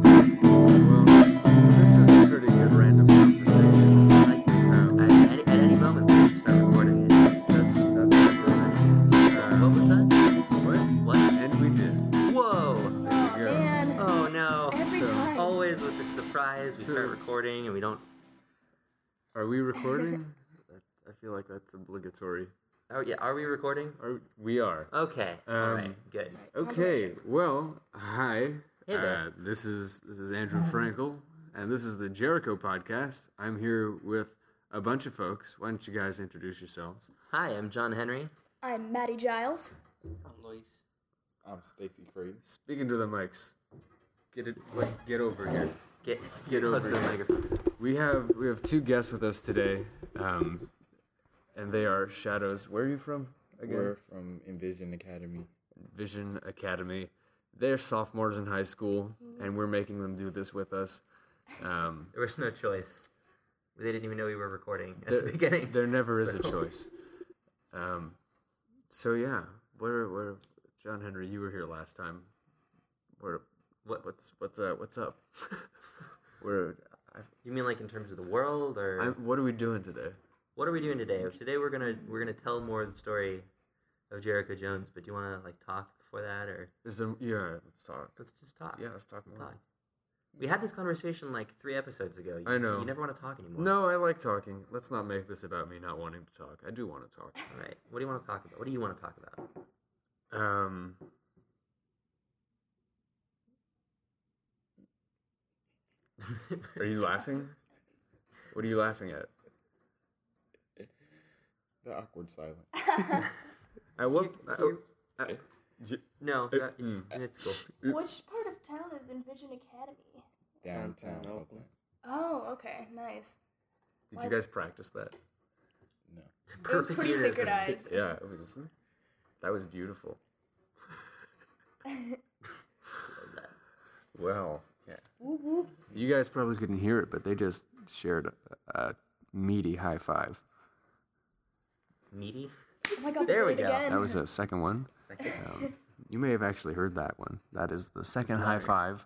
um, Uh, Oh, Oh, don't. Are we recording? I- I feel like that's obligatory. Oh yeah, are we recording? Are we are. Okay. All right. Um, Good. Okay. Well, hi. Hey there. Uh, this is this is Andrew Frankel, and this is the Jericho podcast. I'm here with a bunch of folks. Why don't you guys introduce yourselves? Hi, I'm John Henry. I'm Maddie Giles. I'm Stacy Creighton. Speaking to the mics. Get it. Like, get over here. Get Get close over to the here. microphone. We have we have two guests with us today, um, and they are Shadows. Where are you from again? We're from Envision Academy. Vision Academy. They're sophomores in high school, and we're making them do this with us. Um, There was no choice. They didn't even know we were recording at the beginning. There never is a So- choice. Um, so yeah, where where John Henry, you were here last time. Where What- what's what's uh, what's up? where You mean like in terms of the world, or I, what are we doing today? what are we doing today? Today we're gonna we're gonna tell more of the story of Jericho Jones. But do you want to like talk before that, or Is there, yeah, let's talk. let's just talk? Yeah, let's talk Let's more. talk. We had this conversation like three episodes ago. You, I know. You never want to talk anymore. No, I like talking. Let's not make this about me not wanting to talk. I do want to talk. All right. What do you want to talk about? What do you want to talk about? Um, are you laughing? What are you laughing at? The awkward silence. At what? you- I- I- j- No, Uh, that- it's, it's cool. Which part of town is Envision Academy? Downtown Downtown Oakland. Oakland. Oh, okay, nice. did you guys practice that? No. It was Perfect pretty ears. synchronized. Yeah, it was. That was beautiful. Well, yeah. You guys probably couldn't hear it, but they just shared a, a meaty high five. Meaty. Oh my god, There they we did it go. again. That was the second one. Um, you may have actually heard that one. That is the second high five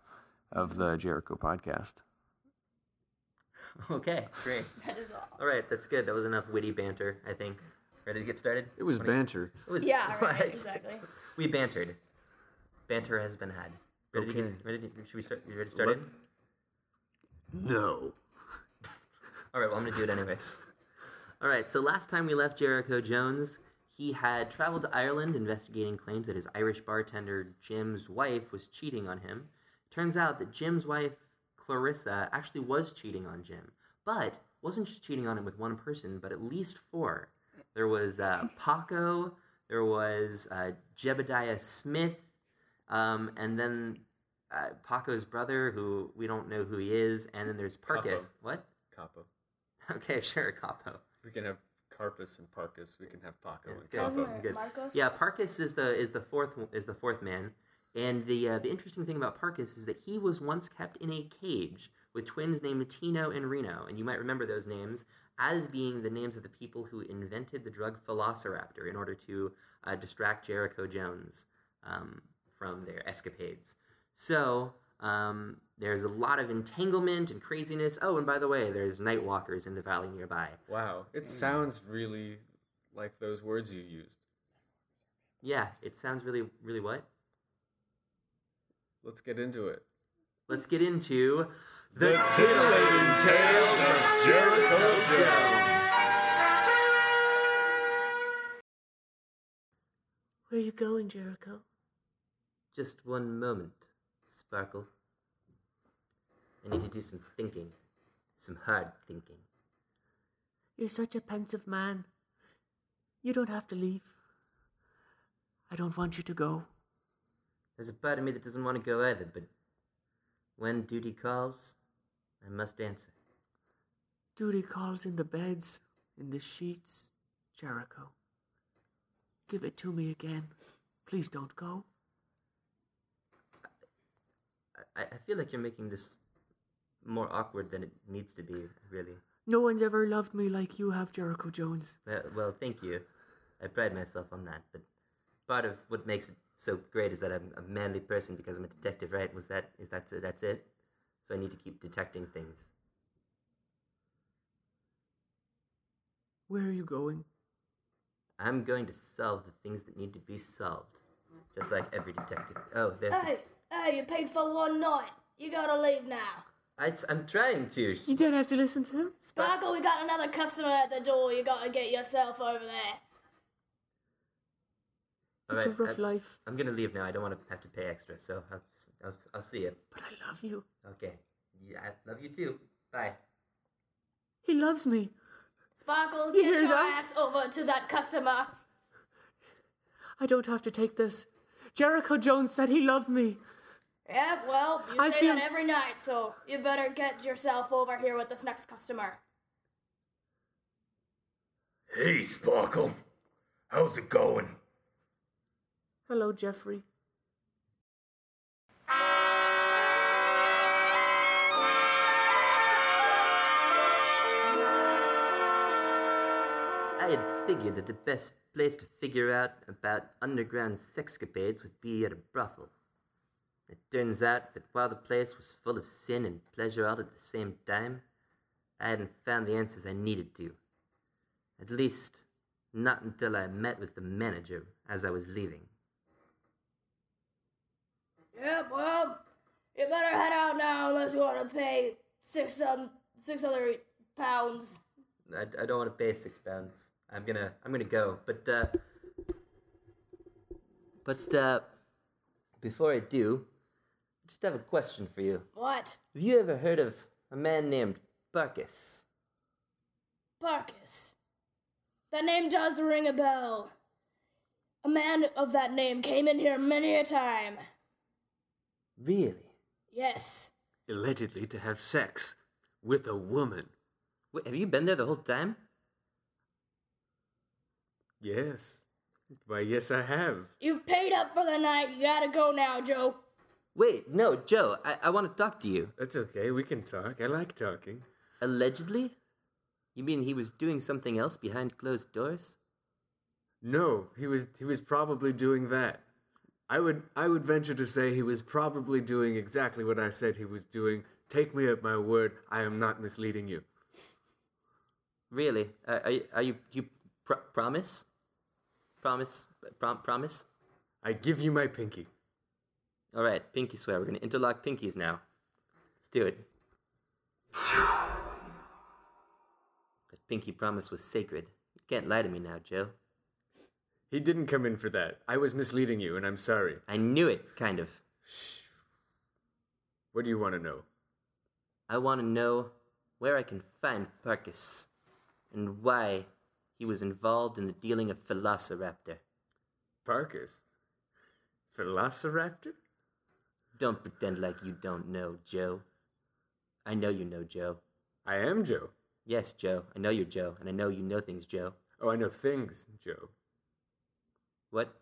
of the Jericho podcast. Okay, great. That is all. All right, that's good. That was enough witty banter, I think. Ready to get started? It was banter. It was- Yeah, right, like, exactly. We bantered. Banter has been had. Ready to Okay. get, ready to, should we start? You ready to start in? Let's- No. All right, well, I'm going to do it anyways. All right, so last time we left Jericho Jones, he had traveled to Ireland investigating claims that his Irish bartender, Jim's wife, was cheating on him. Turns out that Jim's wife, Clarissa, actually was cheating on Jim, but wasn't just cheating on him with one person, but at least four. There was uh, Paco, there was uh, Jebediah Smith, um, and then uh, Paco's brother, who we don't know who he is, and then there's Parkus. Capo. What? Capo. Okay, sure, Capo. We can have Carpus and Parkus. We can have Paco That's and good. Capo. Wasn't it Good. Marcos? Yeah, Parkus is the is the fourth one- is the fourth man, and the uh, the interesting thing about Parkus is that he was once kept in a cage with twins named Tino and Reno, and you might remember those names as being the names of the people who invented the drug Velociraptor in order to uh, distract Jericho Jones um, from their escapades. So. Um, there's a lot of entanglement and craziness. Oh, and by the way, there's Nightwalkers in the valley nearby. Wow. It sounds really like those words you used. Yeah, it sounds really, really what? Let's get into it. Let's get into the, titillating tales of Jericho Jones. Where are you going, Jericho? Just one moment, Sparkle. I need to do some thinking, some hard thinking. You're such a pensive man. You don't have to leave. I don't want you to go. There's a part of me that doesn't want to go either, but when duty calls, I must answer. Duty calls in the beds, in the sheets, Jericho. Give it to me again. Please don't go. I, I feel like you're making this more awkward than it needs to be, really. No one's ever loved me like you have, Jericho Jones. Well, well, thank you. I pride myself on that. But part of what makes it so great is that I'm a manly person because I'm a detective, right? Was that is that so? That's it. So I need to keep detecting things. Where are you going? I'm going to solve the things that need to be solved, just like every detective. Oh, there's. the- Hey, hey, you paid for one night. You gotta leave now. I, am trying to. You don't have to listen to him. Sparkle, we got another customer at the door. You gotta get yourself over there. All it's right, a rough I, life, I'm gonna leave now. I don't want to have to pay extra, so I'll, I'll, I'll see you. but I love you. Okay. Yeah, I love you too. Bye. He loves me. Sparkle, You get hear your that? ass over to that customer. I don't have to take this. Jericho Jones said he loved me. Yeah, well, you I say feel- that every night, so you better get yourself over here with this next customer. Hey, Sparkle. How's it going? Hello, Jeffrey. I had figured that the best place to figure out about underground sexcapades would be at a brothel. It turns out that while the place was full of sin and pleasure all at the same time, I hadn't found the answers I needed to. At least, not until I met with the manager as I was leaving. Yeah, well, you better head out now unless you want to pay six un- six hundred pounds. I, I don't want to pay six pounds. I'm gonna I'm gonna go. But uh, but uh, before I do, I just have a question for you. What? Have you ever heard of a man named Barkus? Barkus. That name does ring a bell. A man of that name came in here many a time. Really? Yes. Allegedly to have sex with a woman. Wait, have you been there the whole time? Yes. Why, yes, I have. You've paid up for the night. You gotta go now, Joe. Wait, no, Joe, I, I want to talk to you. That's okay. We can talk. I like talking. Allegedly? You mean he was doing something else behind closed doors? No, he was he was probably doing that. I would I would venture to say he was probably doing exactly what I said he was doing. Take me at my word. I am not misleading you. Really? Uh, are, you- are you you pr- promise? Promise? Prom- promise? I give you my pinky. All right, pinky swear. We're gonna interlock pinkies now. Let's do it. That pinky promise was sacred. You can't lie to me now, Joe. He didn't come in for that. I was misleading you, and I'm sorry. I knew it, kind of. What do you want to know? I want to know where I can find Parkus and why he was involved in the dealing of Velociraptor. Parkers. Velociraptor? Don't pretend like you don't know, Joe. I know you know, Joe. I am Joe. Yes, Joe. I know you're Joe, and I know you know things, Joe. Oh, I know things, Joe. What?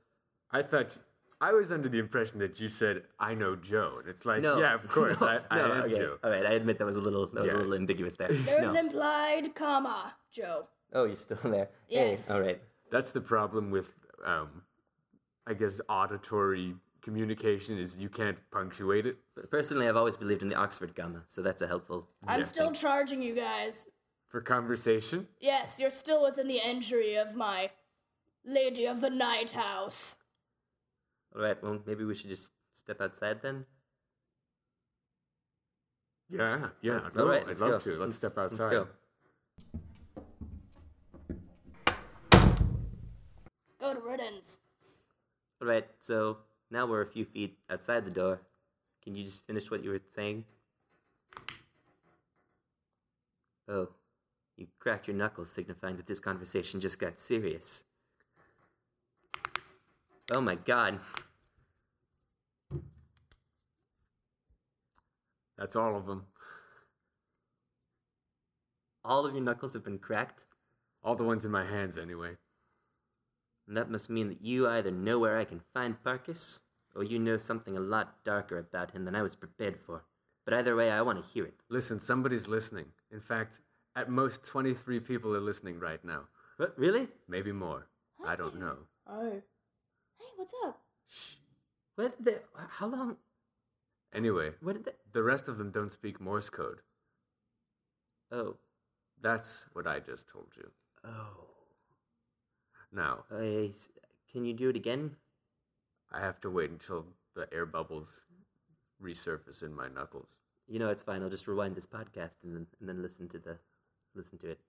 I thought I was under the impression that you said I know Joe, and it's like, yeah, of course, No, I, I no, am okay. Joe. All right, I admit that was a little that was a Yeah. little ambiguous there. There's No. an implied comma, Joe. Oh, you're still there. Hey, Yes. All right. That's the problem with, um, I guess, auditory communication is you can't punctuate it. But personally, I've always believed in the Oxford comma, so that's a helpful. I'm still charging you guys. For conversation, Yes, you're still within the entry of my Lady of the Night House. All right. Well, maybe we should just step outside then. yeah, yeah. All no, right, I'd let's love go. to. Let's step Let's outside. go. Good riddance. All right. So now we're a few feet outside the door. Can you just finish what you were saying? Oh, you cracked your knuckles, signifying that this conversation just got serious. Oh my God. That's all of them. All of your knuckles have been cracked? All the ones in my hands, anyway. And that must mean that you either know where I can find Parkus, or you know something a lot darker about him than I was prepared for. But either way, I want to hear it. Listen, somebody's listening. In fact, at most 23 people are listening right now. What, really? Maybe more. I don't know. Oh. Hey, what's up? Where did they, how long? Anyway, Where did they? the rest of them don't speak Morse code. Oh. That's what I just told you. Oh. Now, I, s- can you do it again? I have to wait until the air bubbles resurface in my knuckles. You know, it's fine. I'll just rewind this podcast and then and then listen to the listen to it.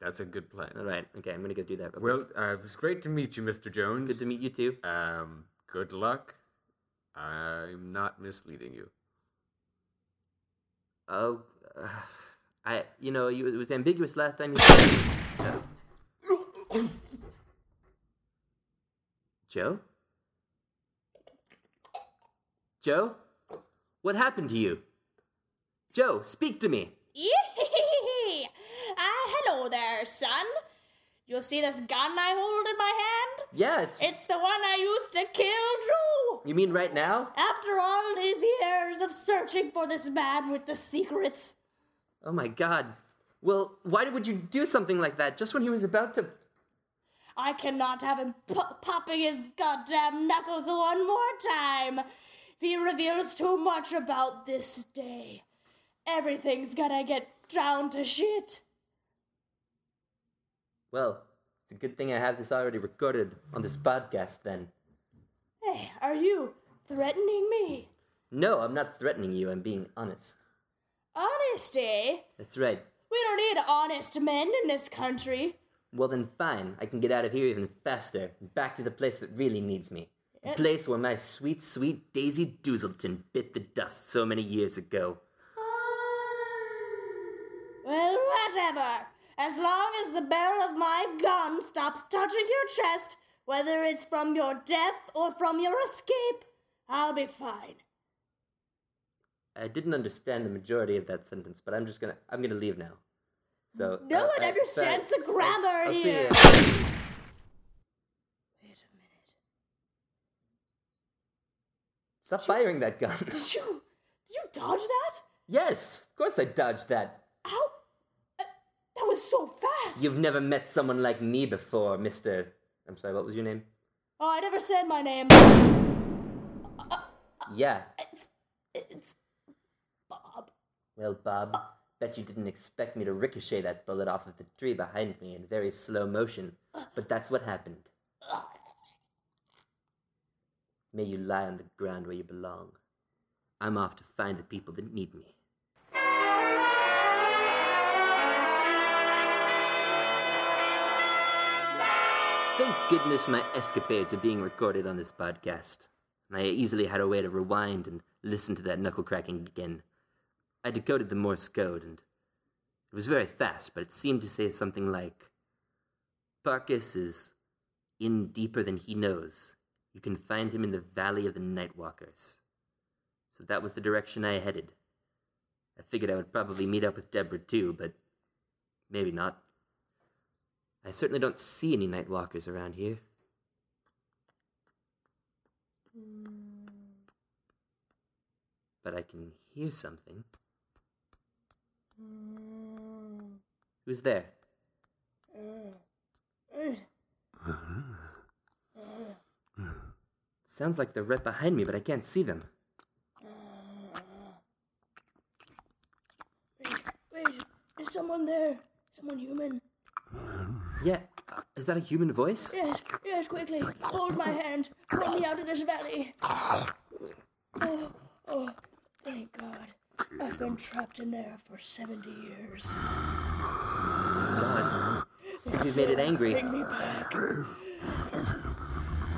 That's a good plan. All right. Okay, I'm gonna go do that. real quick. Well, uh, it was great to meet you, Mr. Jones. good to meet you too. Um, good luck. I'm not misleading you. Oh, uh, I. You know, you, it was ambiguous last time. You... Joe. Joe, what happened to you? Joe, speak to me. Yee-hee-hee-hee. Ah, hello there, son. You see this gun I hold in my hand? Yeah, it's. It's the one I used to kill Drew. You mean right now? After all these years of searching for this man with the secrets, Oh my god. Well, why would you do something like that just when he was about to. I cannot have him po- popping his goddamn knuckles one more time. If he reveals too much about this day, everything's gonna get down to shit. Well, it's a good thing I have this already recorded on this podcast then. Hey, Eh, are you threatening me? No, I'm not threatening you, I'm being honest. Honesty? That's right. We don't need honest men in this country. Well, then, fine. I can get out of here even faster. Back to the place that really needs me. The place where my sweet, sweet Daisy Doozleton bit the dust so many years ago. Well, whatever. As long as the barrel of my gun stops touching your chest, whether it's from your death or from your escape, I'll be fine. I didn't understand the majority of that sentence, but I'm just gonna. I'm gonna leave now. So. uh, No one I- understands thanks. the grammar I'll, s- I'll see here. ya. Wait a minute. Stop firing that gun. Did you did you dodge that? yes, of course I dodged that. How? Uh, that was so fast. You've never met someone like me before, Mister. I'm sorry. What was your name? Oh, I never said my name. Yeah. It's it's Bob. Well, Bob. Bet you didn't expect me to ricochet that bullet off of the tree behind me in very slow motion, but that's what happened. May you lie on the ground where you belong. I'm off to find the people that need me. Thank goodness my escapades are being recorded on this podcast. And I easily had a way to rewind and listen to that knuckle cracking again. I decoded the Morse code, and it was very fast, but it seemed to say something like Barkus is in deeper than he knows. You can find him in the Valley of the Nightwalkers. So that was the direction I headed. I figured I would probably meet up with Deborah too, but maybe not. I certainly don't see any Nightwalkers around here. But I can hear something. Who's there? Sounds like they're right behind me, but I can't see them. Wait, there's someone there. Someone human. Yeah, uh, is that a human voice? Yes, yes, quickly. Hold my hand. Run me out of this valley. Oh, oh, thank God. I've been trapped in there for 70 years. God, this has made it angry. Bring me back.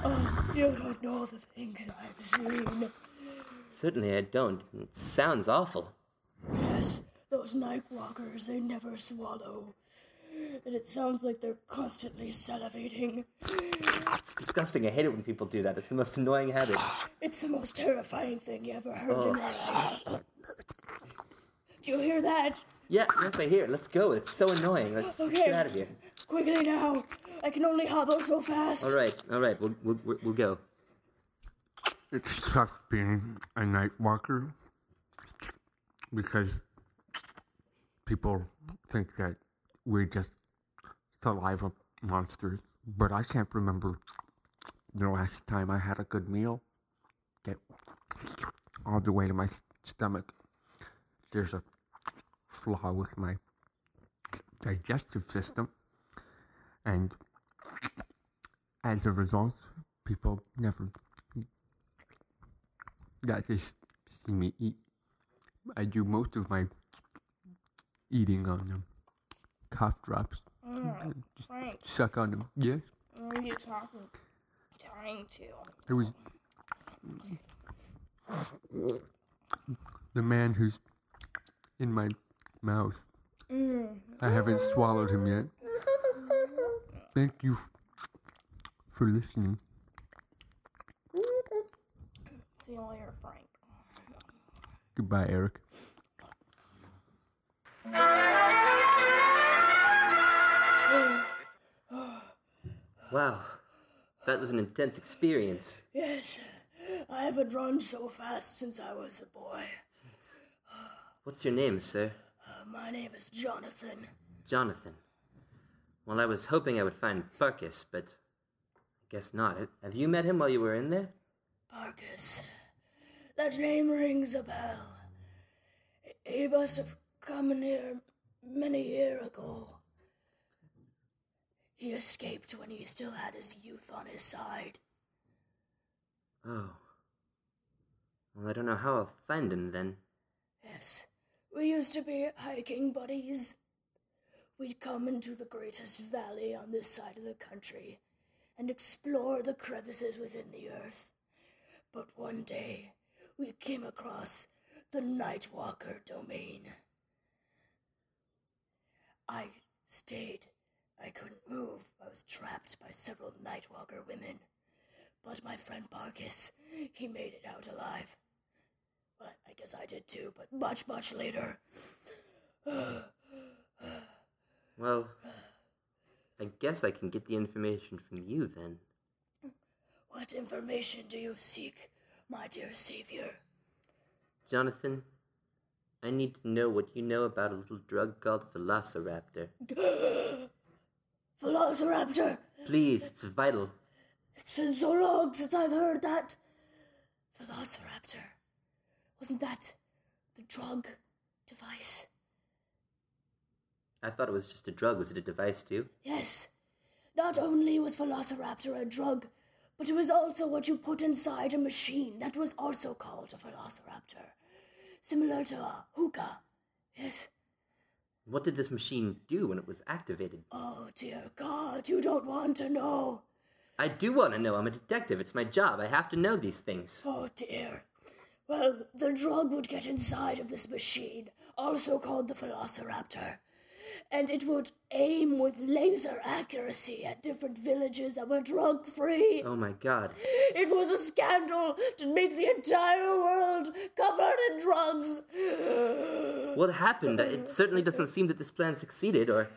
Oh, you don't know the things I've seen. Certainly I don't. It sounds awful. Yes, those night walkers, they never swallow. And it sounds like they're constantly salivating. It's disgusting. I hate it when people do that. It's the most annoying habit. It's the most terrifying thing you ever heard in your life. Do you hear that? Yeah, yes, I hear it. Let's go. It's so annoying. Let's, let's Okay. get out of here. Quickly now! I can only hobble so fast. All right, all right. We'll, we'll, we'll- we'll go. It sucks being a night walker because people think that we're just saliva monsters, but I can't remember the last time I had a good meal. Get all the way to my stomach. There's a flaw with my digestive system, and as a result, people never that they s- see me eat I do most of my eating on them. Cough drops. Just Frank, suck on them. Yes, what are you talking? Trying to. it was the man who's in my mouth. I haven't swallowed him yet. Thank you f- for listening. See you later, Frank. Goodbye, Eric. Wow, that was an intense experience. Yes, I haven't run so fast since I was a boy. What's your name, sir? Uh, My name is Jonathan. Jonathan. Well, I was hoping I would find Barkus, but I guess not. Have you met him while you were in there? Barkus. That name rings a bell. He must have come in here many years ago. He escaped when he still had his youth on his side. Oh. Well, I don't know how I'll find him then. Yes, we used to be hiking buddies. We'd come into the greatest valley on this side of the country and explore the crevices within the earth. But one day, we came across the Nightwalker domain. I stayed. I couldn't move. I was trapped by several Nightwalker women. But my friend Barkis, he made it out alive. Well, I guess I did too, but much, much later. Well, I guess I can get the information from you then. What information do you seek, my dear savior? Jonathan, I need to know what you know about a little drug called Velociraptor. Velociraptor! Please, it's vital. It's been so long since I've heard that. Velociraptor. Wasn't that the drug device? I thought it was just a drug. Was it a device too? Yes. Not only was Velociraptor a drug, but it was also what you put inside a machine that was also called a Velociraptor. Similar to a hookah. Yes. What did this machine do when it was activated? Oh, dear God, you don't want to know. I do want to know. I'm a detective. It's my job. I have to know these things. Oh dear. Well, the drug would get inside of this machine, also called the Velociraptor, and it would aim with laser accuracy at different villages that were drug free. Oh my god. It was a scandal to make the entire world covered in drugs. What happened? It certainly doesn't seem that this plan succeeded, or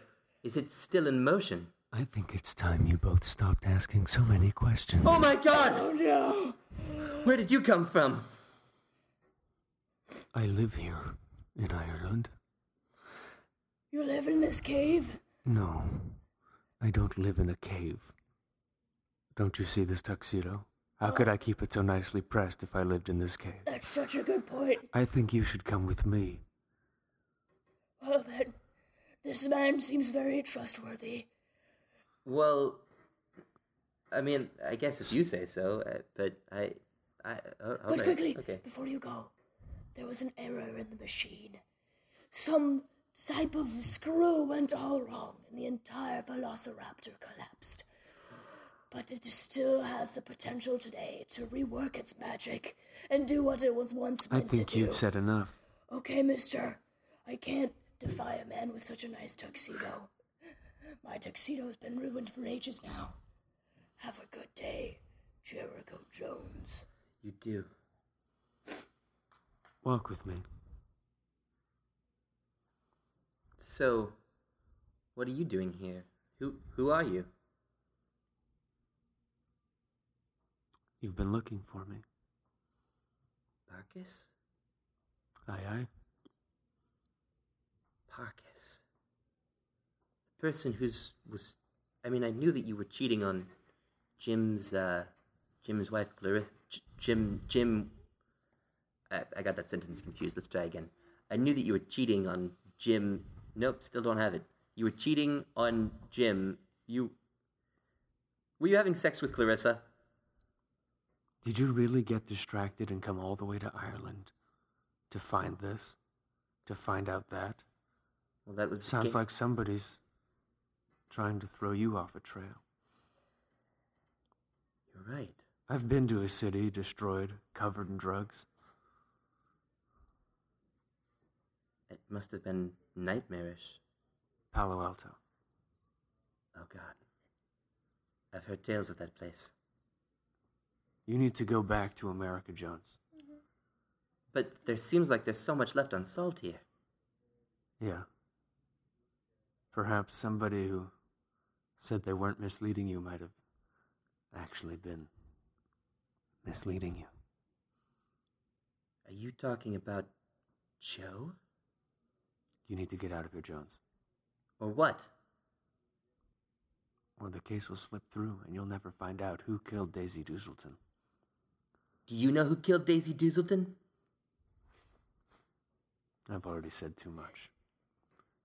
is it still in motion? I think it's time you both stopped asking so many questions. Oh my god! Oh no! Where did you come from? I live here in Ireland. You live in this cave? No, I don't live in a cave. Don't you see this tuxedo? How could I keep it so nicely pressed if I lived in this cave? That's such a good point. I think you should come with me. Well, then, Oh, this man seems very trustworthy. Well, I mean, I guess if you say so, uh, but I. I oh, all But right. quickly, Okay. before you go, there was an error in the machine. Some type of screw went all wrong, and the entire Velociraptor collapsed. But it still has the potential today to rework its magic and do what it was once I meant think to do. you've said enough. okay, mister, I can't defy a man with such a nice tuxedo. My tuxedo's been ruined for ages now. Have a good day, Jericho Jones. You do. Walk with me. So, what are you doing here? Who who are you? You've been looking for me. Parkus? Aye, aye. Parkus. The person who's was I mean, I knew that you were cheating on Jim's uh Jim's wife Clarissa J- Jim Jim I, I got that sentence confused. Let's try again. I knew that you were cheating on Jim. Nope, still don't have it. You were cheating on Jim. You Were you having sex with Clarissa? Did you really get distracted and come all the way to Ireland to find this? to find out that. Well, that was the Sounds case. like somebody's trying to throw you off a trail. You're right. I've been to a city destroyed, covered in drugs. It must have been nightmarish. Palo Alto. Oh God. I've heard tales of that place. You need to go back to America, Jones. But there seems like there's so much left unsolved here. Yeah. Perhaps somebody who said they weren't misleading you might have actually been misleading you. Are you talking about Joe? You need to get out of here, Jones, Or what? or the case will slip through and you'll never find out who killed Daisy Duselton. Do you know who killed Daisy Duselton? I've already said too much.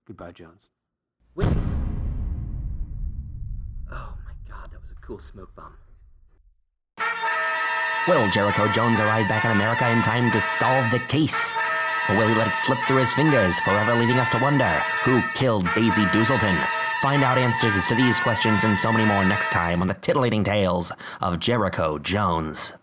Goodbye, Jones. Wait. Oh my god, that was a cool smoke bomb. Will Jericho Jones arrive back in America in time to solve the case? Or will he let it slip through his fingers, forever leaving us to wonder who killed Daisy Duselton? Find out answers to these questions and so many more next time on the titillating tales of Jericho Jones.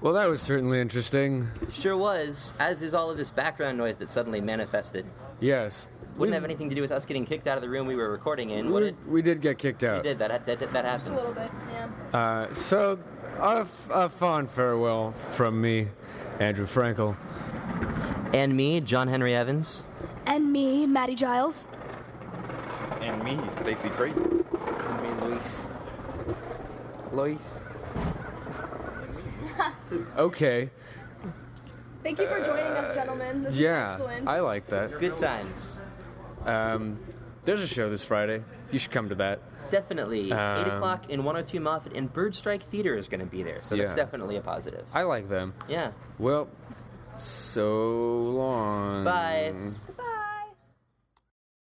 Well, that was certainly interesting. Sure was, as is all of this background noise that suddenly manifested. Yes. Wouldn't have anything to do with us getting kicked out of the room we were recording in, would We, it? we did get kicked It out. did, that, that, that, that Just a happened. little bit, yeah. Uh, so, a, f- a fond farewell from me, Andrew Frankel. And me, John Henry Evans. And me, Maddie Giles. And me, Stacy Creighton. I mean, Luis. Luis. Okay. Thank you for joining us, gentlemen. This Yeah. is excellent. I like that. Good times. Um, there's a show this Friday. You should come to that. Definitely. 8 Um, o'clock in 102 Moffat, and Bird Strike Theater is going to be there, so that's Yeah. definitely a positive. I like them. Yeah. Well, so long. Bye.